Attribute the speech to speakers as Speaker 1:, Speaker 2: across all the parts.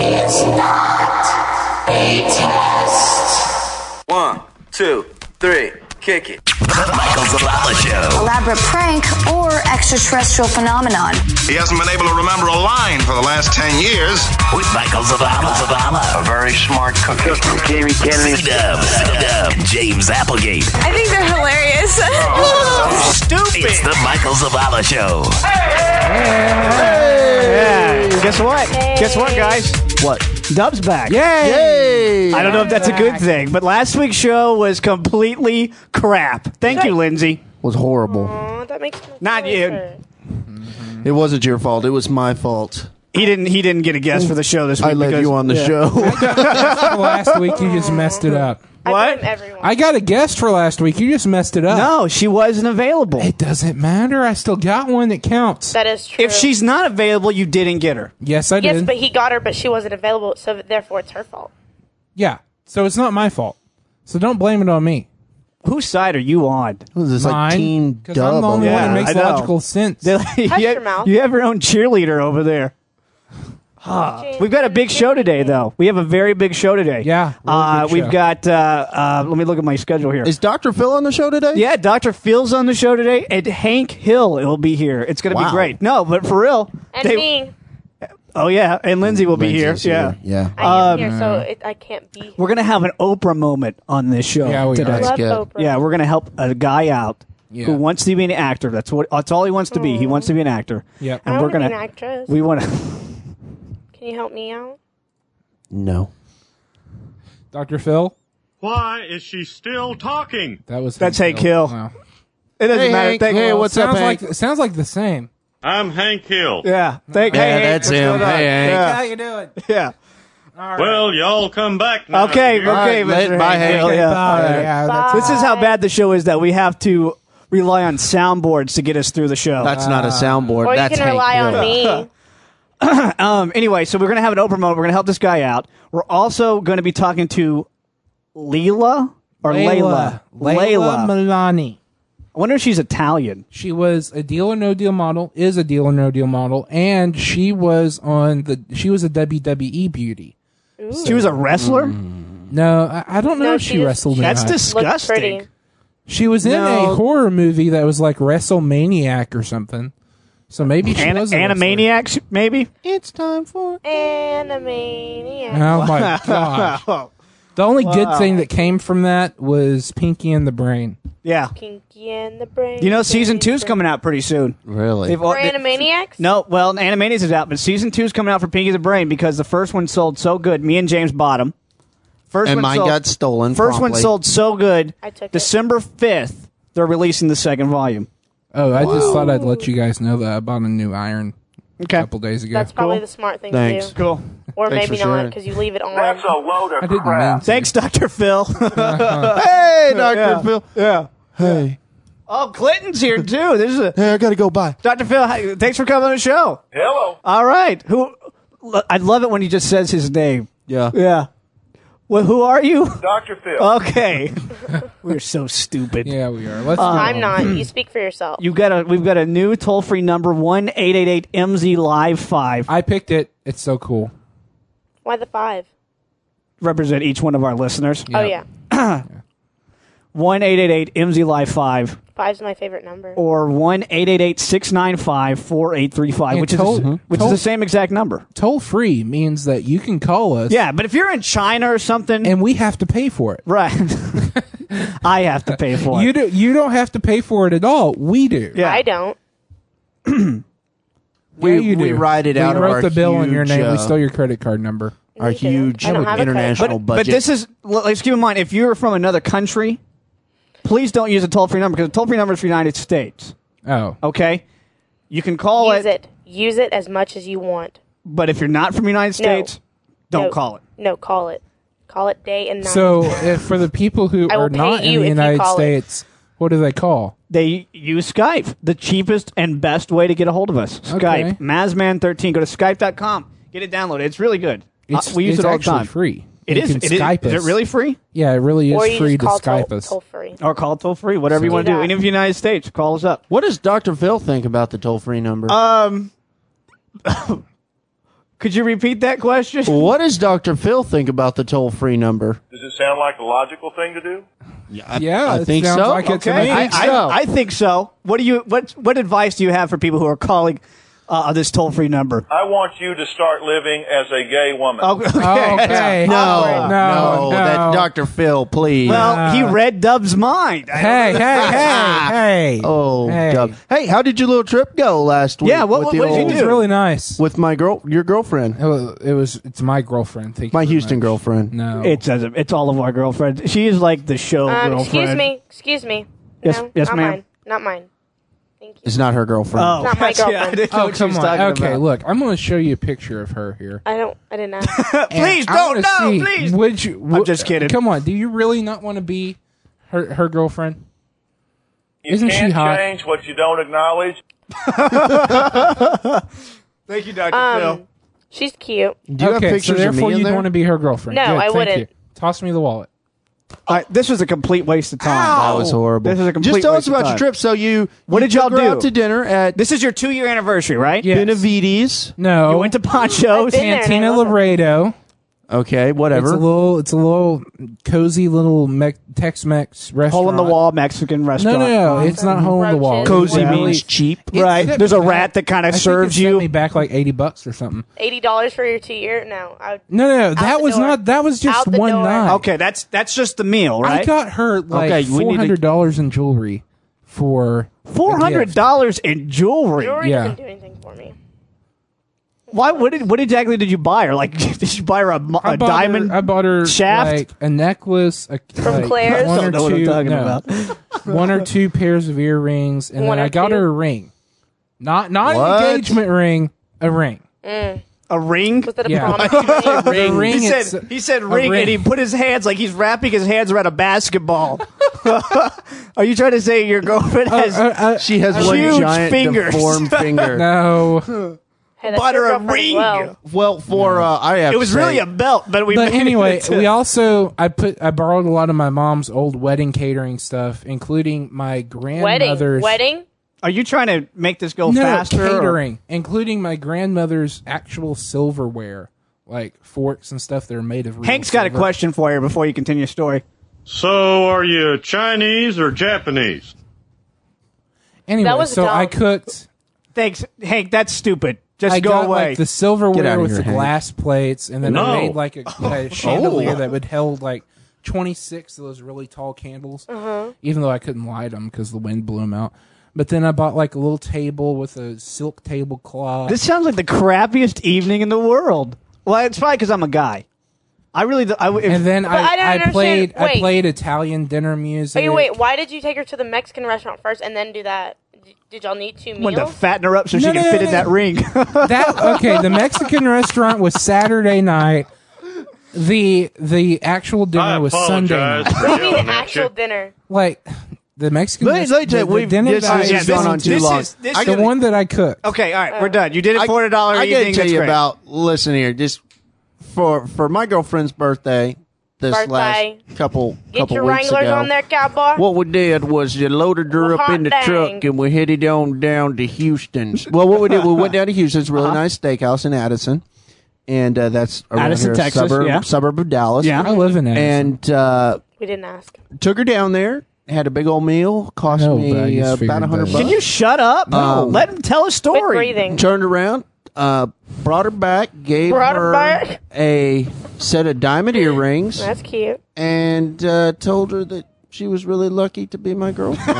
Speaker 1: is not a test.
Speaker 2: One, two, three, kick it.
Speaker 3: The Michael Zavala Show.
Speaker 4: elaborate prank or extraterrestrial phenomenon.
Speaker 5: He hasn't been able to remember a line for the last 10 years.
Speaker 3: With Michael Zavala. Zavala. A very smart cookie. Jamie Kennedy. C-Dub. C-Dub. James Applegate.
Speaker 6: I think they're hilarious.
Speaker 3: Stupid. It's the Michael Zavala Show.
Speaker 7: Yeah. Guess what? Guess what, guys? What? Dub's back.
Speaker 8: Yay!
Speaker 7: I don't know if that's a good thing, but last week's show was completely crap. Thank you, Lindsay.
Speaker 8: was horrible.
Speaker 6: that makes me
Speaker 7: Not
Speaker 6: feel
Speaker 7: you.
Speaker 6: hurt.
Speaker 8: It wasn't your fault. It was my fault.
Speaker 7: He didn't. He didn't get a guest for the show this week.
Speaker 8: I let
Speaker 7: because-
Speaker 8: you on the
Speaker 7: Yeah.
Speaker 8: show.
Speaker 9: last week you just messed it up.
Speaker 6: I
Speaker 7: What?
Speaker 6: blame everyone.
Speaker 9: I got a guest for last week. You just messed it up.
Speaker 7: No, she wasn't available.
Speaker 9: It doesn't matter. I still got one that counts.
Speaker 6: that is true.
Speaker 7: If she's not available, you didn't get her.
Speaker 9: yes, I did.
Speaker 6: yes, but he got her, but she wasn't available, so therefore it's her fault.
Speaker 9: yeah. So it's not my fault. So don't blame it on me.
Speaker 7: Whose side are you on?
Speaker 8: was this like
Speaker 9: Mine.
Speaker 8: Team
Speaker 9: Because I'm
Speaker 8: Dub?
Speaker 9: the only
Speaker 7: Yeah,
Speaker 9: one that makes
Speaker 7: I know.
Speaker 9: logical sense.
Speaker 7: you, have,
Speaker 6: your mouth.
Speaker 7: you have your own cheerleader over there. Ah, We've got a big show today, though. We have a very big show today.
Speaker 9: Yeah, really
Speaker 7: Uh,
Speaker 9: big
Speaker 7: we've
Speaker 9: show.
Speaker 7: got. Uh, uh, let me look at my schedule here.
Speaker 8: Is Dr. Phil on the show today?
Speaker 7: Yeah, Dr. Phil's on the show today, and Hank Hill will be here. It's going to be
Speaker 8: Wow.
Speaker 7: great. No, but for real.
Speaker 6: And
Speaker 7: they-
Speaker 6: me,
Speaker 7: Oh, yeah, and Lindsay will be here.
Speaker 8: Lindsay's
Speaker 7: Yeah.
Speaker 8: Yeah.
Speaker 6: I am here, so it, I can't be.
Speaker 7: um, We're going to have an Oprah moment on this show
Speaker 9: Yeah, we
Speaker 7: today.
Speaker 9: are.
Speaker 6: Love
Speaker 8: good.
Speaker 6: Oprah.
Speaker 7: Yeah, we're going to help a guy out who wants to be an actor. That's what. That's all he wants to be. He wants to be an actor.
Speaker 9: Yep.
Speaker 7: And
Speaker 6: I
Speaker 7: we're
Speaker 6: want to be
Speaker 7: going
Speaker 6: an
Speaker 7: to.
Speaker 6: actress.
Speaker 7: We want to.
Speaker 6: Can you help me out?
Speaker 8: No.
Speaker 9: Dr. Phil,
Speaker 10: Why is she still talking?
Speaker 9: that was
Speaker 7: That's Hank Hill.
Speaker 9: Wow.
Speaker 7: It doesn't
Speaker 8: Hey,
Speaker 7: matter.
Speaker 8: Hank.
Speaker 7: Thank
Speaker 8: Hey, what's up,
Speaker 9: sounds
Speaker 8: Hank?
Speaker 9: like sounds like the same.
Speaker 10: I'm Hank Hill.
Speaker 7: Yeah. Thank
Speaker 8: Yeah,
Speaker 7: hey, Hank,
Speaker 8: that's
Speaker 7: what's
Speaker 8: him.
Speaker 7: going on?
Speaker 8: Hey, Hank.
Speaker 7: Yeah.
Speaker 9: you doing?
Speaker 7: yeah.
Speaker 10: Well, y'all Oh, come back now.
Speaker 7: Okay,
Speaker 10: You-
Speaker 7: okay,
Speaker 8: All right,
Speaker 7: Mr.
Speaker 8: bye,
Speaker 7: Hank.
Speaker 8: Hank.
Speaker 7: Yeah.
Speaker 9: Oh,
Speaker 7: all right.
Speaker 9: yeah, that's,
Speaker 7: This is how bad the show is that we have to rely on soundboards to get us through the show.
Speaker 8: That's not a soundboard.
Speaker 6: Or
Speaker 8: That's
Speaker 6: you can
Speaker 8: Hank
Speaker 6: rely on
Speaker 8: Hill.
Speaker 6: me.
Speaker 7: Um, anyway, so we're going to have an open moment. We're going to help this guy out. We're also going to be talking to Leela or Layla.
Speaker 9: Layla, Milani.
Speaker 7: I wonder if she's Italian.
Speaker 9: She was a deal or no deal model, is a deal or no deal model, and she was on the she was a WWE beauty.
Speaker 7: She was a wrestler?
Speaker 9: Mm. No, I, I don't know
Speaker 6: No,
Speaker 9: if
Speaker 6: she
Speaker 9: she
Speaker 6: just-
Speaker 9: wrestled. or
Speaker 7: That's
Speaker 9: not.
Speaker 6: Looks
Speaker 7: disgusting.
Speaker 6: pretty.
Speaker 9: She was in
Speaker 7: No.
Speaker 9: a horror movie that was like WrestleManiac or something. So maybe she
Speaker 7: An-
Speaker 9: was a wrestler.
Speaker 7: Animaniacs, maybe?
Speaker 8: It's time for.
Speaker 6: Animaniac.
Speaker 9: Oh my gosh! The only good thing that came from that was Pinky and the Brain.
Speaker 7: Yeah.
Speaker 6: Pinky and the Brain.
Speaker 7: You know, season two's coming out pretty soon.
Speaker 8: Really?
Speaker 7: They've all-
Speaker 6: For
Speaker 7: they-
Speaker 6: Animaniacs?
Speaker 7: No, well, Animaniacs is out, but season two's coming out for Pinky the Brain because the first one sold so good. Me and James bought 'em. First
Speaker 8: and
Speaker 7: one
Speaker 8: mine
Speaker 7: sold-
Speaker 8: got stolen.
Speaker 7: First one
Speaker 8: promptly.
Speaker 7: sold so good.
Speaker 6: I took it.
Speaker 7: December fifth, they're releasing the second volume.
Speaker 9: Oh, I just thought I'd let you guys know that I bought a new iron a
Speaker 7: Okay,
Speaker 9: couple days ago.
Speaker 6: That's probably
Speaker 7: Cool.
Speaker 6: the smart thing
Speaker 8: Thanks.
Speaker 6: to do.
Speaker 7: cool.
Speaker 6: Or
Speaker 8: Thanks
Speaker 6: maybe
Speaker 8: for
Speaker 6: not,
Speaker 8: sharing.
Speaker 6: because you leave it on.
Speaker 9: I didn't mean to.
Speaker 7: Thanks, Doctor Phil.
Speaker 8: Hey, Dr. Phil.
Speaker 7: yeah.
Speaker 8: Hey.
Speaker 7: Oh, Clinton's here too. This is a
Speaker 8: Hey, I gotta go. Bye.
Speaker 7: Doctor Phil. hi- Thanks for coming on the show.
Speaker 10: Hello.
Speaker 7: All right. Who? l- I love it when he just says his name.
Speaker 8: Yeah.
Speaker 7: Yeah. Well, who are you?
Speaker 10: Dr. Phil.
Speaker 7: Okay. We're so stupid.
Speaker 9: Yeah, we are.
Speaker 7: Uh,
Speaker 9: Let's.
Speaker 6: I'm not. You speak for yourself.
Speaker 7: You've got a. We've got a new toll free number one eight eight eight MZ Live five.
Speaker 9: I picked it. It's so cool.
Speaker 6: Why the five?
Speaker 7: Represent each one of our listeners.
Speaker 6: Oh, yeah.
Speaker 7: One eight eight eight MZ Live five.
Speaker 6: Five's my favorite number.
Speaker 7: or 1 695 4835,
Speaker 9: Yeah,
Speaker 7: which, is,
Speaker 9: toll-
Speaker 7: the- which is
Speaker 9: toll-
Speaker 7: the same exact number.
Speaker 9: Toll free means that you can call us.
Speaker 7: Yeah, but if you're in China or something,
Speaker 9: And we have to pay for it.
Speaker 7: right, I have to pay for it.
Speaker 9: You do. You don't have to pay for it at all. We do.
Speaker 7: yeah.
Speaker 6: I don't.
Speaker 9: We,
Speaker 8: We-
Speaker 9: you do.
Speaker 8: we write it
Speaker 9: we
Speaker 8: out of
Speaker 9: wrote
Speaker 8: our
Speaker 9: the bill in your
Speaker 8: huge,
Speaker 9: name. we
Speaker 8: uh,
Speaker 9: stole your credit card number.
Speaker 8: Our
Speaker 6: didn't.
Speaker 8: huge
Speaker 6: I don't have a credit.
Speaker 8: international
Speaker 7: But, but
Speaker 8: budget.
Speaker 7: this is, l- let's keep in mind, if you're from another country, please don't use a toll free number because the toll free number is for the United States,
Speaker 9: Oh,
Speaker 7: okay? You can call
Speaker 6: Use it. Use it as much as you want.
Speaker 7: but if you're not from the United
Speaker 6: No.
Speaker 7: States, don't
Speaker 6: No.
Speaker 7: call it.
Speaker 6: No, call it. Call it day and night.
Speaker 9: so if, for the people who
Speaker 6: I will
Speaker 9: are
Speaker 6: pay
Speaker 9: not
Speaker 6: you
Speaker 9: in the
Speaker 6: if you
Speaker 9: United
Speaker 6: call it.
Speaker 9: States, what do they call?
Speaker 7: They use Skype, the cheapest and best way to get a hold of us. Skype,
Speaker 9: Okay.
Speaker 7: Mazman13. Go to skype.com. Get it downloaded. It's really good. Uh,
Speaker 9: It's,
Speaker 7: we use
Speaker 9: it's
Speaker 7: it all the
Speaker 9: actually
Speaker 7: time.
Speaker 9: free.
Speaker 7: It
Speaker 9: You
Speaker 7: is.
Speaker 9: can
Speaker 7: It is.
Speaker 9: Skype
Speaker 7: Is
Speaker 9: us.
Speaker 7: it really free?
Speaker 9: Yeah, it really
Speaker 6: or
Speaker 9: is
Speaker 6: you
Speaker 9: free
Speaker 6: just
Speaker 9: to
Speaker 6: call
Speaker 9: Skype
Speaker 6: toll,
Speaker 9: us.
Speaker 6: toll free.
Speaker 7: Or call toll free, whatever you want to do.
Speaker 6: that.
Speaker 7: Any of the United States, call us up.
Speaker 8: what does Dr. Phil think about the toll free number?
Speaker 7: Could you repeat that question?
Speaker 11: What does Dr. Phil think about the toll free number?
Speaker 12: Does it sound like a logical thing to do?
Speaker 9: yeah,
Speaker 11: I
Speaker 9: it
Speaker 11: think
Speaker 9: sounds
Speaker 11: so.
Speaker 9: like it's- I think
Speaker 7: I,
Speaker 9: so.
Speaker 7: I think so. What do you what what advice do you have for people who are calling uh, this toll free number?
Speaker 12: I want you to start living as a gay woman.
Speaker 7: Oh, okay.
Speaker 9: Okay.
Speaker 11: No, no,
Speaker 9: No,
Speaker 11: that
Speaker 9: no.
Speaker 11: Dr. Phil, please.
Speaker 7: Well, he read Dub's mind. I
Speaker 9: Hey,
Speaker 7: don't-
Speaker 9: hey, hey, hey.
Speaker 11: oh,
Speaker 9: Hey.
Speaker 11: Dub. Hey, how did your little trip go last week?
Speaker 7: Yeah, what-
Speaker 11: with
Speaker 7: what-
Speaker 11: the
Speaker 7: what did you
Speaker 11: old-
Speaker 9: It was
Speaker 7: do?
Speaker 9: really nice.
Speaker 11: With my girl, your girlfriend,
Speaker 9: It was, it was- it's my girlfriend. Thank you
Speaker 11: my
Speaker 9: very
Speaker 11: Houston
Speaker 9: much.
Speaker 11: girlfriend.
Speaker 9: No.
Speaker 7: It doesn't. It's all of our girlfriends. She is like the show
Speaker 6: Um,
Speaker 7: girlfriend.
Speaker 6: excuse me. Excuse me.
Speaker 7: Yes-
Speaker 6: no,
Speaker 7: yes,
Speaker 6: not
Speaker 7: ma'am.
Speaker 6: Mine. Not mine. Thank you.
Speaker 11: It's not her girlfriend.
Speaker 7: Oh,
Speaker 6: Not my
Speaker 7: gotcha. I
Speaker 6: girlfriend.
Speaker 7: didn't know
Speaker 9: Oh,
Speaker 7: what she was
Speaker 9: come on.
Speaker 7: talking
Speaker 9: Okay,
Speaker 7: about.
Speaker 9: look, I'm going to show you a picture of her here.
Speaker 6: I don't. I didn't ask.
Speaker 9: And
Speaker 7: Please
Speaker 9: I
Speaker 7: don't.
Speaker 9: wanna
Speaker 7: No,
Speaker 9: see,
Speaker 7: please.
Speaker 9: Would you,
Speaker 7: I'm just kidding.
Speaker 9: Come on. Do you really not want to be her her girlfriend?
Speaker 12: you
Speaker 9: Isn't she
Speaker 12: can't
Speaker 9: hot?
Speaker 12: change what you don't acknowledge.
Speaker 7: Thank you, Dr.
Speaker 6: um, she's cute.
Speaker 11: Do you
Speaker 9: okay,
Speaker 11: have
Speaker 9: so
Speaker 11: pictures of
Speaker 9: therefore
Speaker 11: me in
Speaker 9: you'd
Speaker 11: there?
Speaker 9: want to be her girlfriend.
Speaker 6: No,
Speaker 9: Good,
Speaker 6: I
Speaker 9: thank
Speaker 6: wouldn't.
Speaker 9: you. Toss me the wallet.
Speaker 7: All right, this was a complete waste of time.
Speaker 11: that was horrible.
Speaker 7: This is a complete
Speaker 11: Just tell
Speaker 7: waste
Speaker 11: us
Speaker 7: of
Speaker 11: about
Speaker 7: time.
Speaker 11: your trip. So you,
Speaker 7: What
Speaker 11: you
Speaker 7: did y'all
Speaker 11: took her
Speaker 7: do?
Speaker 11: Out to dinner at
Speaker 7: This is your two year anniversary, right?
Speaker 9: Yes.
Speaker 11: Benavides.
Speaker 9: No.
Speaker 7: You went to Poncho's.
Speaker 6: I've been- there,
Speaker 9: Cantina
Speaker 6: and I love it.
Speaker 9: Laredo.
Speaker 11: Okay,
Speaker 9: It's
Speaker 11: whatever.
Speaker 9: a little it's a little cozy little Mex- Tex-Mex restaurant.
Speaker 7: Hole in the wall Mexican
Speaker 9: No,
Speaker 7: restaurant.
Speaker 9: no, no. It's not hole in the wall.
Speaker 6: Roaches.
Speaker 11: Cozy
Speaker 9: It's really-
Speaker 11: means cheap.
Speaker 9: It
Speaker 7: Right.
Speaker 9: sent
Speaker 7: There's a
Speaker 9: me
Speaker 7: rat that kinda
Speaker 9: I think
Speaker 7: serves
Speaker 9: it sent
Speaker 7: you.
Speaker 9: me back like 80 bucks or something.
Speaker 6: Eighty dollars for your two year? No. I would,
Speaker 9: No, no, no,
Speaker 6: Out
Speaker 9: that
Speaker 6: the
Speaker 9: was
Speaker 6: door.
Speaker 9: not that was just
Speaker 6: Out the
Speaker 9: one
Speaker 6: door.
Speaker 9: night.
Speaker 7: Okay, that's that's just the meal,
Speaker 9: I
Speaker 7: right?
Speaker 9: got her like
Speaker 11: Okay, we need to-
Speaker 9: $400 in jewelry for a
Speaker 7: Four hundred
Speaker 9: gift.
Speaker 7: dollars in jewelry.
Speaker 6: Jewelry
Speaker 9: Yeah.
Speaker 6: doesn't do anything for me.
Speaker 7: Why? What did? What exactly did you buy her? Like, did you buy her a, mo-
Speaker 9: I
Speaker 7: a
Speaker 9: bought
Speaker 7: diamond?
Speaker 9: Her, I bought her
Speaker 7: shaft?
Speaker 9: like a necklace a,
Speaker 6: From
Speaker 9: like,
Speaker 6: Claire's? I
Speaker 9: One or
Speaker 7: don't know what I'm
Speaker 9: two,
Speaker 7: talking
Speaker 9: no.
Speaker 7: about.
Speaker 9: one or two pairs of earrings, and
Speaker 6: One
Speaker 9: then
Speaker 6: or
Speaker 9: I got
Speaker 6: two?
Speaker 9: her a ring. Not not
Speaker 11: What?
Speaker 9: an engagement ring, a ring.
Speaker 7: a ring?
Speaker 6: Was that a
Speaker 9: Yeah.
Speaker 6: promise? ring?
Speaker 9: The ring.
Speaker 7: He
Speaker 9: it's-
Speaker 7: said, he said
Speaker 9: a
Speaker 7: ring, and he put his hands like he's wrapping his hands around a basketball. Are you trying to say your girlfriend has
Speaker 9: Uh, uh,
Speaker 11: She has one
Speaker 7: Huge
Speaker 11: giant
Speaker 7: fingers.
Speaker 11: deformed finger.
Speaker 9: no,
Speaker 6: Hey, that's
Speaker 7: bought
Speaker 6: your
Speaker 7: her a
Speaker 6: girlfriend as
Speaker 7: ring?
Speaker 6: well.
Speaker 11: Well, for uh, I have.
Speaker 7: It was
Speaker 11: to say-
Speaker 7: really a belt, but we.
Speaker 9: but
Speaker 7: made
Speaker 9: anyway,
Speaker 7: it to-
Speaker 9: we also I put I borrowed a lot of my mom's old wedding catering stuff, including my
Speaker 6: Wedding.
Speaker 9: grandmother's
Speaker 6: Wedding.
Speaker 7: Are you trying to make this go
Speaker 9: no,
Speaker 7: faster? or-
Speaker 9: catering, including my grandmother's actual silverware, like forks and stuff that are made of. real
Speaker 7: Hank's got a
Speaker 9: silver.
Speaker 7: question for you before you continue your story.
Speaker 10: So, are you Chinese or Japanese?
Speaker 9: Anyway,
Speaker 6: That was
Speaker 9: so I
Speaker 6: dumb.
Speaker 9: cooked.
Speaker 7: Thanks, Hank. That's stupid. Just
Speaker 9: I
Speaker 7: go
Speaker 9: got
Speaker 7: away.
Speaker 9: like the silverware
Speaker 11: outta
Speaker 9: with
Speaker 11: here,
Speaker 9: the
Speaker 11: Hank.
Speaker 9: glass plates, and then
Speaker 10: No.
Speaker 9: I made like a, a chandelier that would held like twenty six of those really tall candles.
Speaker 6: Mm-hmm.
Speaker 9: Even though I couldn't light them because the wind blew them out. But then I bought like a little table with a silk tablecloth.
Speaker 7: This sounds like the crappiest evening in the world. Well, it's probably because I'm a guy. I really, d- I w- if-
Speaker 9: and then
Speaker 6: I don't
Speaker 9: I, I,
Speaker 6: understand-
Speaker 9: played I
Speaker 6: wait.
Speaker 9: played Italian dinner music.
Speaker 6: Wait, wait. Why did you take her to the Mexican restaurant first and then do that? D- Did y'all need two
Speaker 7: wanted to
Speaker 6: meals?
Speaker 7: fatten her up so she
Speaker 9: No,
Speaker 7: can
Speaker 9: no,
Speaker 7: fit
Speaker 9: no,
Speaker 7: in
Speaker 9: no.
Speaker 7: that ring.
Speaker 9: that okay the mexican restaurant was saturday night the the actual
Speaker 10: I
Speaker 9: dinner was sunday
Speaker 10: apologize
Speaker 9: night.
Speaker 10: for
Speaker 6: I mean,
Speaker 10: yelling
Speaker 6: an
Speaker 10: at
Speaker 6: actual
Speaker 10: you.
Speaker 6: dinner.
Speaker 9: like the mexican
Speaker 11: Let me-
Speaker 9: res-
Speaker 11: let me tell you,
Speaker 9: the, the
Speaker 11: we've-
Speaker 9: dinner
Speaker 11: this
Speaker 9: that I
Speaker 11: is-
Speaker 9: ate
Speaker 11: yeah,
Speaker 9: was
Speaker 11: this
Speaker 9: gone on
Speaker 11: is-
Speaker 9: too
Speaker 11: this
Speaker 9: long
Speaker 11: is-
Speaker 7: this
Speaker 9: I-
Speaker 7: is-
Speaker 9: the one that i cooked
Speaker 7: okay, all right, we're done. You did it
Speaker 11: I-
Speaker 7: for a dollar
Speaker 11: I
Speaker 7: evening.
Speaker 11: gotta tell
Speaker 7: That's
Speaker 11: you
Speaker 7: great.
Speaker 11: about. Listen here, just for for my girlfriend's birthday this
Speaker 6: Birthday.
Speaker 11: last couple
Speaker 6: Get
Speaker 11: couple
Speaker 6: your
Speaker 11: weeks
Speaker 6: Wranglers
Speaker 11: ago.
Speaker 6: on there, cowboy.
Speaker 11: What we did was we loaded her
Speaker 6: Well,
Speaker 11: up in the
Speaker 6: hot dang.
Speaker 11: truck and we headed on down to Houston's. Well, what we did, we went down to Houston's,
Speaker 7: Uh-huh.
Speaker 11: really nice steakhouse in Addison, and uh, that's around
Speaker 7: Addison,
Speaker 11: here, a
Speaker 7: Texas,
Speaker 11: suburb,
Speaker 7: yeah.
Speaker 11: suburb of Dallas.
Speaker 7: Yeah.
Speaker 9: i live in it
Speaker 11: and uh,
Speaker 6: We didn't ask.
Speaker 11: took her down there. Had a big old meal, cost
Speaker 9: I know, but I
Speaker 11: me
Speaker 9: just
Speaker 11: uh,
Speaker 9: figured
Speaker 11: about a hundred
Speaker 9: that.
Speaker 11: bucks.
Speaker 7: Can you shut up? Let him tell a
Speaker 6: Quit
Speaker 7: story.
Speaker 6: breathing.
Speaker 11: Turned around, uh, brought her back, gave
Speaker 6: Brought her
Speaker 11: her
Speaker 6: back.
Speaker 11: a set of diamond earrings,
Speaker 6: That's cute.
Speaker 11: and uh, told her that she was really lucky to be my girlfriend.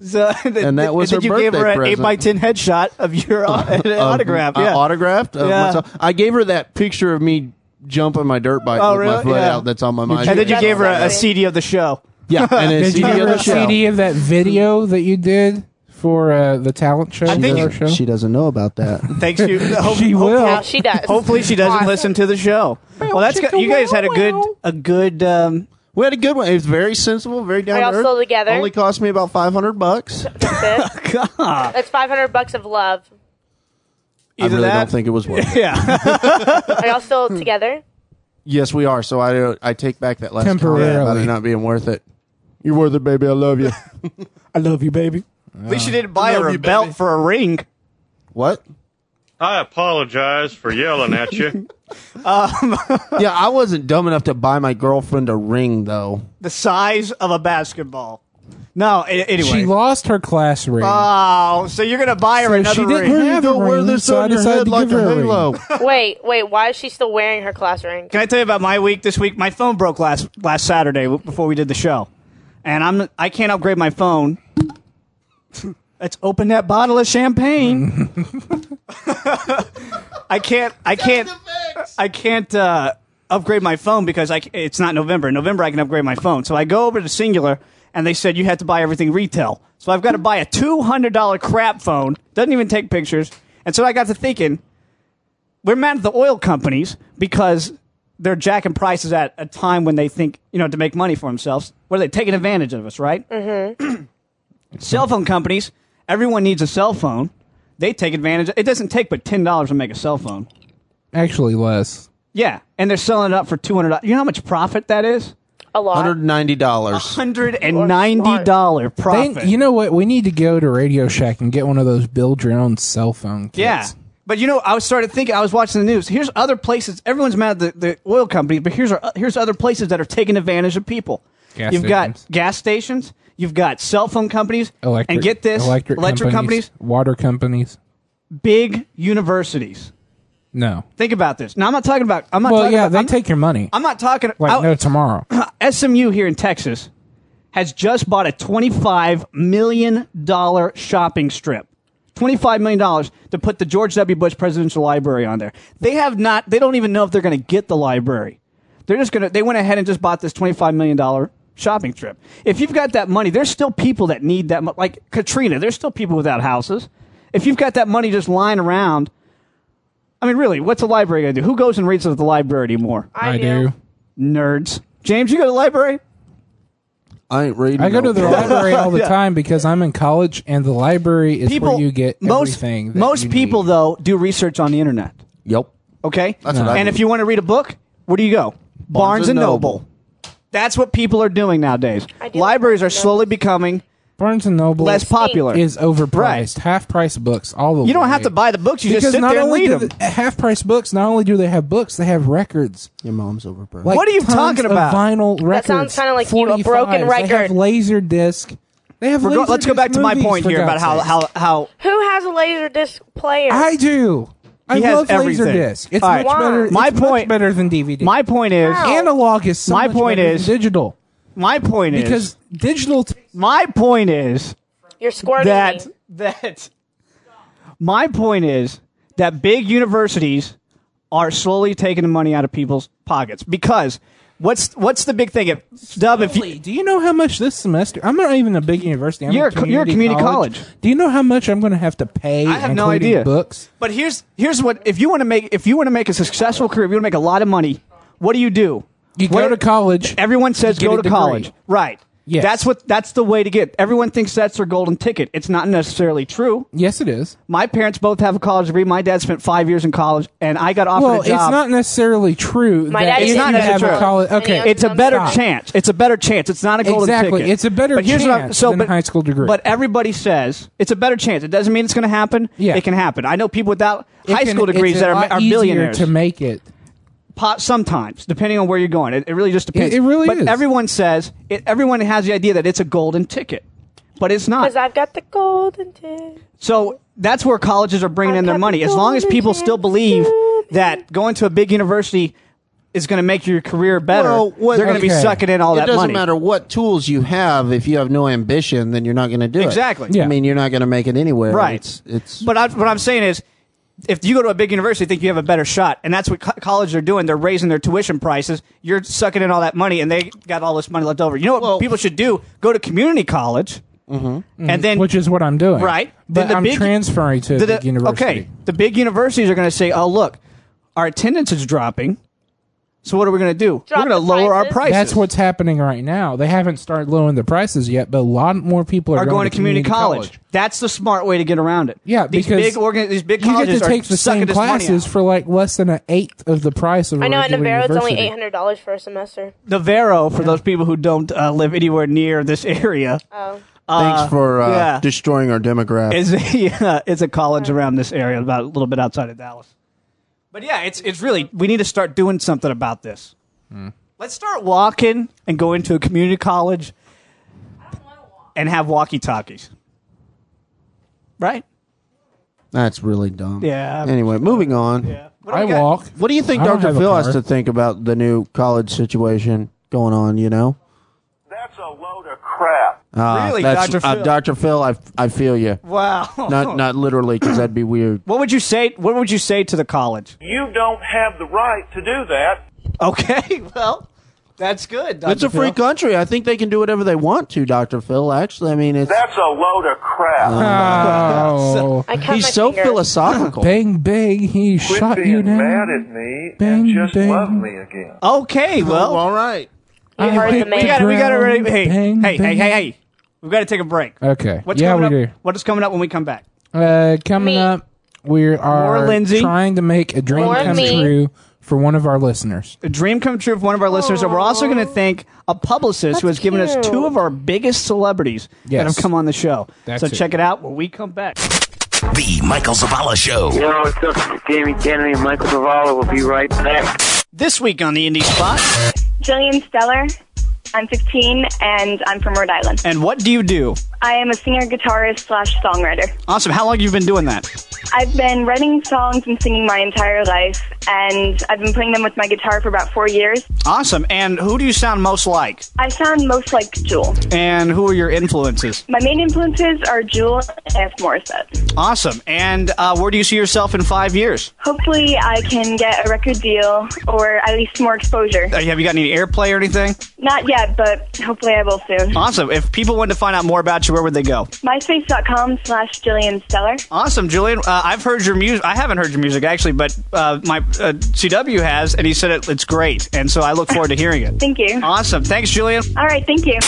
Speaker 7: So,
Speaker 11: And that was
Speaker 7: then
Speaker 11: her
Speaker 7: you gave
Speaker 11: birthday
Speaker 7: her an
Speaker 11: present.
Speaker 7: eight by ten headshot of your uh, autograph.
Speaker 11: Uh,
Speaker 7: Yeah,
Speaker 11: autographed. of
Speaker 7: Yeah.
Speaker 11: myself. I gave her that picture of me jumping my dirt bike
Speaker 7: Oh,
Speaker 11: with
Speaker 7: really?
Speaker 11: my foot
Speaker 7: Yeah.
Speaker 11: out. That's on my mind.
Speaker 7: and then you
Speaker 6: That's
Speaker 7: gave her a, a
Speaker 6: sexy.
Speaker 7: CD of the show.
Speaker 11: yeah, and a
Speaker 9: did you
Speaker 11: CD
Speaker 9: hear
Speaker 11: of the
Speaker 9: the
Speaker 11: show.
Speaker 9: cd of that video that you did for uh, the talent show
Speaker 7: I think
Speaker 9: the
Speaker 7: you-
Speaker 9: show?
Speaker 11: She doesn't know about that.
Speaker 7: Thanks you. Hope-
Speaker 9: She
Speaker 7: hope-
Speaker 9: will.
Speaker 6: Now Oh, she does.
Speaker 7: Hopefully, she doesn't
Speaker 6: Awesome.
Speaker 7: listen to the show. Well, that's good. You guys had a good a good. Um,
Speaker 11: we had a good one. It was very sensible, very down
Speaker 6: y'all
Speaker 11: to earth.
Speaker 6: still together?
Speaker 11: Only cost me about five hundred bucks.
Speaker 6: That's it. That's five hundred bucks of love.
Speaker 11: I really
Speaker 7: that-
Speaker 11: don't think it was worth. it.
Speaker 7: yeah.
Speaker 6: Are y'all still together?
Speaker 11: Yes, we are. So I I take back that last
Speaker 9: Temporarily.
Speaker 11: comment about it not being worth it. You're worth it, baby. I love you.
Speaker 7: I love you, baby. At least you didn't buy her a belt for a ring.
Speaker 11: what?
Speaker 10: I apologize for yelling at you.
Speaker 11: Um, yeah, I wasn't dumb enough to buy my girlfriend a ring though.
Speaker 7: The size of a basketball. No, a- anyway.
Speaker 9: She lost her class ring.
Speaker 7: Oh, so you're gonna buy her
Speaker 9: So
Speaker 7: another
Speaker 9: she didn't
Speaker 7: ring?
Speaker 9: Where you have gonna a wear ring, this so I on your decided head to like give a her a ring. halo?
Speaker 6: wait, wait. Why is she still wearing her class ring?
Speaker 7: Can I tell you about my week this week? My phone broke last last Saturday w- before we did the show, and I'm I can't upgrade my phone. Let's open that bottle of champagne. I can't. I can't. I can't uh, upgrade my phone because I c it's not November. In November, I can upgrade my phone. So I go over to Singular, and they said you have to buy everything retail. So I've got to buy a two hundred dollar crap phone. Doesn't even take pictures. And so I got to thinking, we're mad at the oil companies because they're jacking prices at a time when they think you know to make money for themselves. What are they taking advantage of us, right?
Speaker 6: Mm-hmm.
Speaker 7: cell phone companies, everyone needs a cell phone. They take advantage. It doesn't take but ten dollars to make a cell phone.
Speaker 9: Actually, less.
Speaker 7: Yeah, and they're selling it up for two hundred. dollars You know how much profit that is?
Speaker 6: A lot.
Speaker 11: Hundred ninety dollars.
Speaker 7: Hundred and ninety dollar
Speaker 9: They-
Speaker 7: profit.
Speaker 9: you know what? We need to go to Radio Shack and get one of those build your own cell phone. Kits.
Speaker 7: yeah. But you know, I was started thinking. I was watching the news. Here's other places. Everyone's mad at the, the oil companies, but here's our, uh, here's other places that are taking advantage of people.
Speaker 9: Gas
Speaker 7: you've got gas stations. You've got cell phone companies.
Speaker 9: Electric,
Speaker 7: and get this,
Speaker 9: electric, companies, water companies.
Speaker 7: companies, big universities.
Speaker 9: No.
Speaker 7: Think about this. Now I'm not talking about. I'm not.
Speaker 9: Well,
Speaker 7: talking
Speaker 9: yeah,
Speaker 7: about,
Speaker 9: they
Speaker 7: I'm-
Speaker 9: take your money.
Speaker 7: I'm not talking.
Speaker 9: Like
Speaker 7: I-
Speaker 9: no tomorrow.
Speaker 7: SMU here in Texas has just bought a $25 million shopping strip. $25 million to put the George W. Bush Presidential Library on there. They have not, they don't even know if they're going to get the library. They're just going to, they went ahead and just bought this $25 million shopping strip. If you've got that money, there's still people that need that, mo- like Katrina, there's still people without houses. If you've got that money just lying around, I mean, really, what's a library going to do? Who goes and reads at the library anymore?
Speaker 9: I do.
Speaker 7: Nerds. James, you go to the library?
Speaker 11: I ain't reading.
Speaker 9: I go to the
Speaker 11: no-
Speaker 9: library all the
Speaker 7: Yeah.
Speaker 9: time because I'm in college, and the library is where you get
Speaker 7: most,
Speaker 9: everything. that
Speaker 7: Most
Speaker 9: you
Speaker 7: people though do research on the internet.
Speaker 11: Yep.
Speaker 7: Okay,
Speaker 11: That's what I
Speaker 7: and
Speaker 11: do.
Speaker 7: if you want to read a book, where do you go? Barnes, and
Speaker 11: and
Speaker 7: Noble.
Speaker 11: Noble.
Speaker 7: That's what people are doing nowadays. Libraries are slowly becoming
Speaker 9: Barnes and Noble
Speaker 7: less popular.
Speaker 9: is overpriced. Half price books all the
Speaker 7: You don't have
Speaker 9: way.
Speaker 7: to buy the books; you
Speaker 9: because
Speaker 7: just sit
Speaker 9: not
Speaker 7: there and
Speaker 9: only
Speaker 7: read
Speaker 9: do
Speaker 7: them.
Speaker 9: the- half price books, not only do they have books, they have records.
Speaker 11: Your mom's overpriced.
Speaker 9: Like
Speaker 7: What are you
Speaker 9: tons
Speaker 7: talking about?
Speaker 9: Of vinyl records.
Speaker 6: sounds kinda like you- a
Speaker 9: 45s.
Speaker 6: broken
Speaker 9: They have
Speaker 6: record.
Speaker 9: laser disc. They have.
Speaker 7: We're go-
Speaker 9: Laser
Speaker 7: let's go back to my point here about how, how how
Speaker 6: Who has a laser disc player?
Speaker 9: I do. I
Speaker 7: He has
Speaker 9: love
Speaker 7: everything.
Speaker 9: Laserdisc. It's
Speaker 7: All
Speaker 9: much
Speaker 7: right.
Speaker 9: better.
Speaker 7: My
Speaker 9: it's
Speaker 7: point-
Speaker 9: much better than DVD.
Speaker 7: my point is.
Speaker 9: analog is so
Speaker 7: My
Speaker 9: much
Speaker 7: point
Speaker 9: better than
Speaker 7: is-
Speaker 9: digital.
Speaker 7: My point is
Speaker 9: Because digital.
Speaker 7: my point is
Speaker 6: You're squirting
Speaker 7: that
Speaker 6: me.
Speaker 7: that my point is that big universities are slowly taking the money out of people's pockets because what's what's the big thing? If, Dub, if you,
Speaker 9: do you know how much this semester? I'm not even a big university. I'm
Speaker 7: You're
Speaker 9: a
Speaker 7: a co- you're a
Speaker 9: community
Speaker 7: community
Speaker 9: college.
Speaker 7: college.
Speaker 9: Do you know how much I'm going to have to pay?
Speaker 7: I have no
Speaker 9: including
Speaker 7: idea.
Speaker 9: Books.
Speaker 7: But here's here's what if you want to make if you want to make a successful career, if you want to make a lot of money, what do you do?
Speaker 9: You
Speaker 7: What-
Speaker 9: go to college.
Speaker 7: Everyone says
Speaker 9: you get
Speaker 7: go
Speaker 9: a
Speaker 7: to
Speaker 9: degree.
Speaker 7: college, right?
Speaker 9: Yes.
Speaker 7: That's what that's the way to get. Everyone thinks that's their golden ticket. It's not necessarily true.
Speaker 9: Yes, it is.
Speaker 7: My parents both have a college degree. My dad spent five years in college, and I got offered
Speaker 9: well,
Speaker 7: a
Speaker 9: it's
Speaker 7: job.
Speaker 9: not necessarily true.
Speaker 6: My
Speaker 9: that
Speaker 6: dad
Speaker 9: if
Speaker 6: is
Speaker 9: you
Speaker 6: not
Speaker 9: have
Speaker 6: necessarily
Speaker 9: a
Speaker 6: true.
Speaker 9: college.
Speaker 6: And he
Speaker 9: Okay,
Speaker 6: owns
Speaker 7: it's a
Speaker 6: Some
Speaker 7: better
Speaker 6: stop.
Speaker 7: chance. It's a better chance. It's not a golden
Speaker 9: Exactly.
Speaker 7: ticket.
Speaker 9: It's a better
Speaker 7: but here's what I'm-
Speaker 9: chance
Speaker 7: so,
Speaker 9: than
Speaker 7: but,
Speaker 9: high school degree.
Speaker 7: But everybody says it's a better chance. It doesn't mean it's going to happen.
Speaker 9: Yeah.
Speaker 7: It can happen. I know people without
Speaker 9: It
Speaker 7: high
Speaker 9: can-
Speaker 7: school degrees
Speaker 9: it's
Speaker 7: that
Speaker 9: a
Speaker 7: are,
Speaker 9: lot
Speaker 7: are
Speaker 9: easier
Speaker 7: billionaires.
Speaker 9: to make it.
Speaker 7: Po- sometimes, depending on where you're going, it, it really just depends.
Speaker 9: It- it really
Speaker 7: but
Speaker 9: is.
Speaker 7: everyone says it, everyone has the idea that it's a golden ticket, but it's not.
Speaker 6: Because I've got the golden tip.
Speaker 7: So that's where colleges are bringing in their money. As long as people still believe that going to a big university is going to make your career better,
Speaker 11: Well, what-
Speaker 7: they're going to be
Speaker 11: okay.
Speaker 7: sucking in all
Speaker 11: it
Speaker 7: that
Speaker 11: doesn't
Speaker 7: money.
Speaker 11: matter what tools you have. If you have no ambition, then you're not going to do
Speaker 7: Exactly.
Speaker 11: it.
Speaker 7: Yeah.
Speaker 11: I mean, you're not going to make it anywhere.
Speaker 7: Right.
Speaker 11: It's, it's
Speaker 7: But I, what I'm saying is, if you go to a big university, think you have a better shot, and that's what co- colleges are doing. They're raising their tuition prices. You're sucking in all that money, and they got all this money left over. You know what people should do? Go to community college,
Speaker 11: Mm-hmm.
Speaker 7: and then
Speaker 9: which is what I'm doing.
Speaker 7: Right.
Speaker 9: But
Speaker 7: Then the
Speaker 9: I'm
Speaker 7: big-
Speaker 9: transferring to
Speaker 7: the-
Speaker 9: the,
Speaker 7: the-
Speaker 9: university.
Speaker 7: Okay, the big universities are going to say, "Oh, look, our attendance is dropping." So what are we going to do? We're going to lower our prices.
Speaker 9: That's what's happening right now. They haven't started lowering the prices yet, but a lot more people are,
Speaker 7: are going to community, college.
Speaker 9: college.
Speaker 7: That's the smart way to get around it.
Speaker 9: Yeah,
Speaker 7: these
Speaker 9: because
Speaker 7: big organ- these big
Speaker 9: You
Speaker 7: colleges
Speaker 9: get to
Speaker 7: are
Speaker 9: take the
Speaker 7: sucking
Speaker 9: same
Speaker 7: this money out.
Speaker 9: classes for like less than an eighth of the price of. a
Speaker 6: I know at
Speaker 9: regular
Speaker 6: Navarro it's only
Speaker 9: university.
Speaker 6: eight hundred dollars for a semester.
Speaker 7: the Vero for those people who don't uh, live anywhere near this area.
Speaker 6: Oh.
Speaker 11: Thanks for uh,
Speaker 7: yeah.
Speaker 11: destroying our demographic.
Speaker 7: Is a yeah, is a college around this area, about a little bit outside of Dallas. But yeah, it's it's really we need to start doing something about this.
Speaker 11: Hmm.
Speaker 7: Let's start walking and go into a community college and have walkie talkies. Right?
Speaker 11: That's really dumb.
Speaker 7: Yeah.
Speaker 11: Anyway, moving on.
Speaker 7: do
Speaker 9: I
Speaker 7: we got?
Speaker 9: walk.
Speaker 11: What do you think
Speaker 9: I don't
Speaker 11: Dr.
Speaker 9: have a
Speaker 11: Phil has
Speaker 9: car.
Speaker 11: to think about the new college situation going on, you know?
Speaker 12: That's a load of crap.
Speaker 11: Uh,
Speaker 7: Really,
Speaker 11: that's-
Speaker 7: Dr.
Speaker 11: uh,
Speaker 7: Phil? Oh.
Speaker 11: Dr. Phil, I, I feel you.
Speaker 7: Wow.
Speaker 11: Not not literally, because that'd be weird.
Speaker 7: What would you say what would you say to the college?
Speaker 12: You don't have the right to do that.
Speaker 7: Okay, well, that's good. Dr.
Speaker 11: It's a free
Speaker 7: Phil.
Speaker 11: country. I think they can do whatever they want to, Dr. Phil. Actually, I mean, it's
Speaker 12: That's a load of crap.
Speaker 9: Oh.
Speaker 6: I cut my
Speaker 11: he's so
Speaker 6: finger.
Speaker 11: philosophical.
Speaker 9: Bang, bang, he
Speaker 12: Quit
Speaker 9: shot
Speaker 12: being
Speaker 9: you down.
Speaker 12: mad at me
Speaker 9: Bang,
Speaker 12: and just
Speaker 9: bang.
Speaker 12: love me again.
Speaker 7: Okay, well,
Speaker 11: all right.
Speaker 6: You
Speaker 9: I
Speaker 6: heard
Speaker 9: hit
Speaker 6: the man.
Speaker 7: we got to we got to hey, hey,
Speaker 9: Bang,
Speaker 7: hey, hey,
Speaker 9: bang.
Speaker 7: hey. We've got to take a break.
Speaker 9: Okay.
Speaker 7: What's
Speaker 9: yeah,
Speaker 7: coming
Speaker 9: we
Speaker 7: up?
Speaker 9: do.
Speaker 7: What is coming up when we come back?
Speaker 9: Uh, coming
Speaker 6: Me.
Speaker 9: up, we are
Speaker 7: More Lindsay.
Speaker 9: trying to make a dream
Speaker 6: More
Speaker 9: come
Speaker 6: me.
Speaker 9: true for one of our listeners.
Speaker 7: a dream come true for one of our listeners, and we're also going to thank a publicist who has given us
Speaker 6: cute.
Speaker 7: two of our biggest celebrities that
Speaker 9: Yes.
Speaker 7: have come on the show.
Speaker 9: That's
Speaker 7: so
Speaker 9: it.
Speaker 7: check it out when we come back.
Speaker 3: The Michael Zavala Show.
Speaker 13: Yo, what's up? It's Jamie Kennedy and Michael Zavala will be right back.
Speaker 7: This week on the Indie Spot,
Speaker 14: Jillian Stellar. I'm 15 and I'm from Rhode Island.
Speaker 7: and what do you do?
Speaker 14: I am a singer, guitarist, slash songwriter.
Speaker 7: Awesome. How long have you been doing that?
Speaker 14: I've been writing songs and singing my entire life, and I've been playing them with my guitar for about four years.
Speaker 7: Awesome. And who do you sound most like?
Speaker 14: I sound most like Jewel.
Speaker 7: And who are your influences?
Speaker 14: My main influences are Jewel and F. Morissette.
Speaker 7: Awesome. And uh, where do you see yourself in five years?
Speaker 14: Hopefully, I can get a record deal or at least more exposure.
Speaker 7: Uh, Have you got any airplay or anything?
Speaker 14: Not yet, but hopefully, I will soon.
Speaker 7: Awesome. If people wanted to find out more about you, where would they go?
Speaker 14: MySpace.com slash Jillian Stellar.
Speaker 7: Awesome, Julian. Uh, I've heard your music. I haven't heard your music actually, but uh, my uh, CW has, and he said it, it's great. And so I look forward to hearing it.
Speaker 14: Thank you.
Speaker 7: Awesome. Thanks, Julian.
Speaker 14: All right, thank you.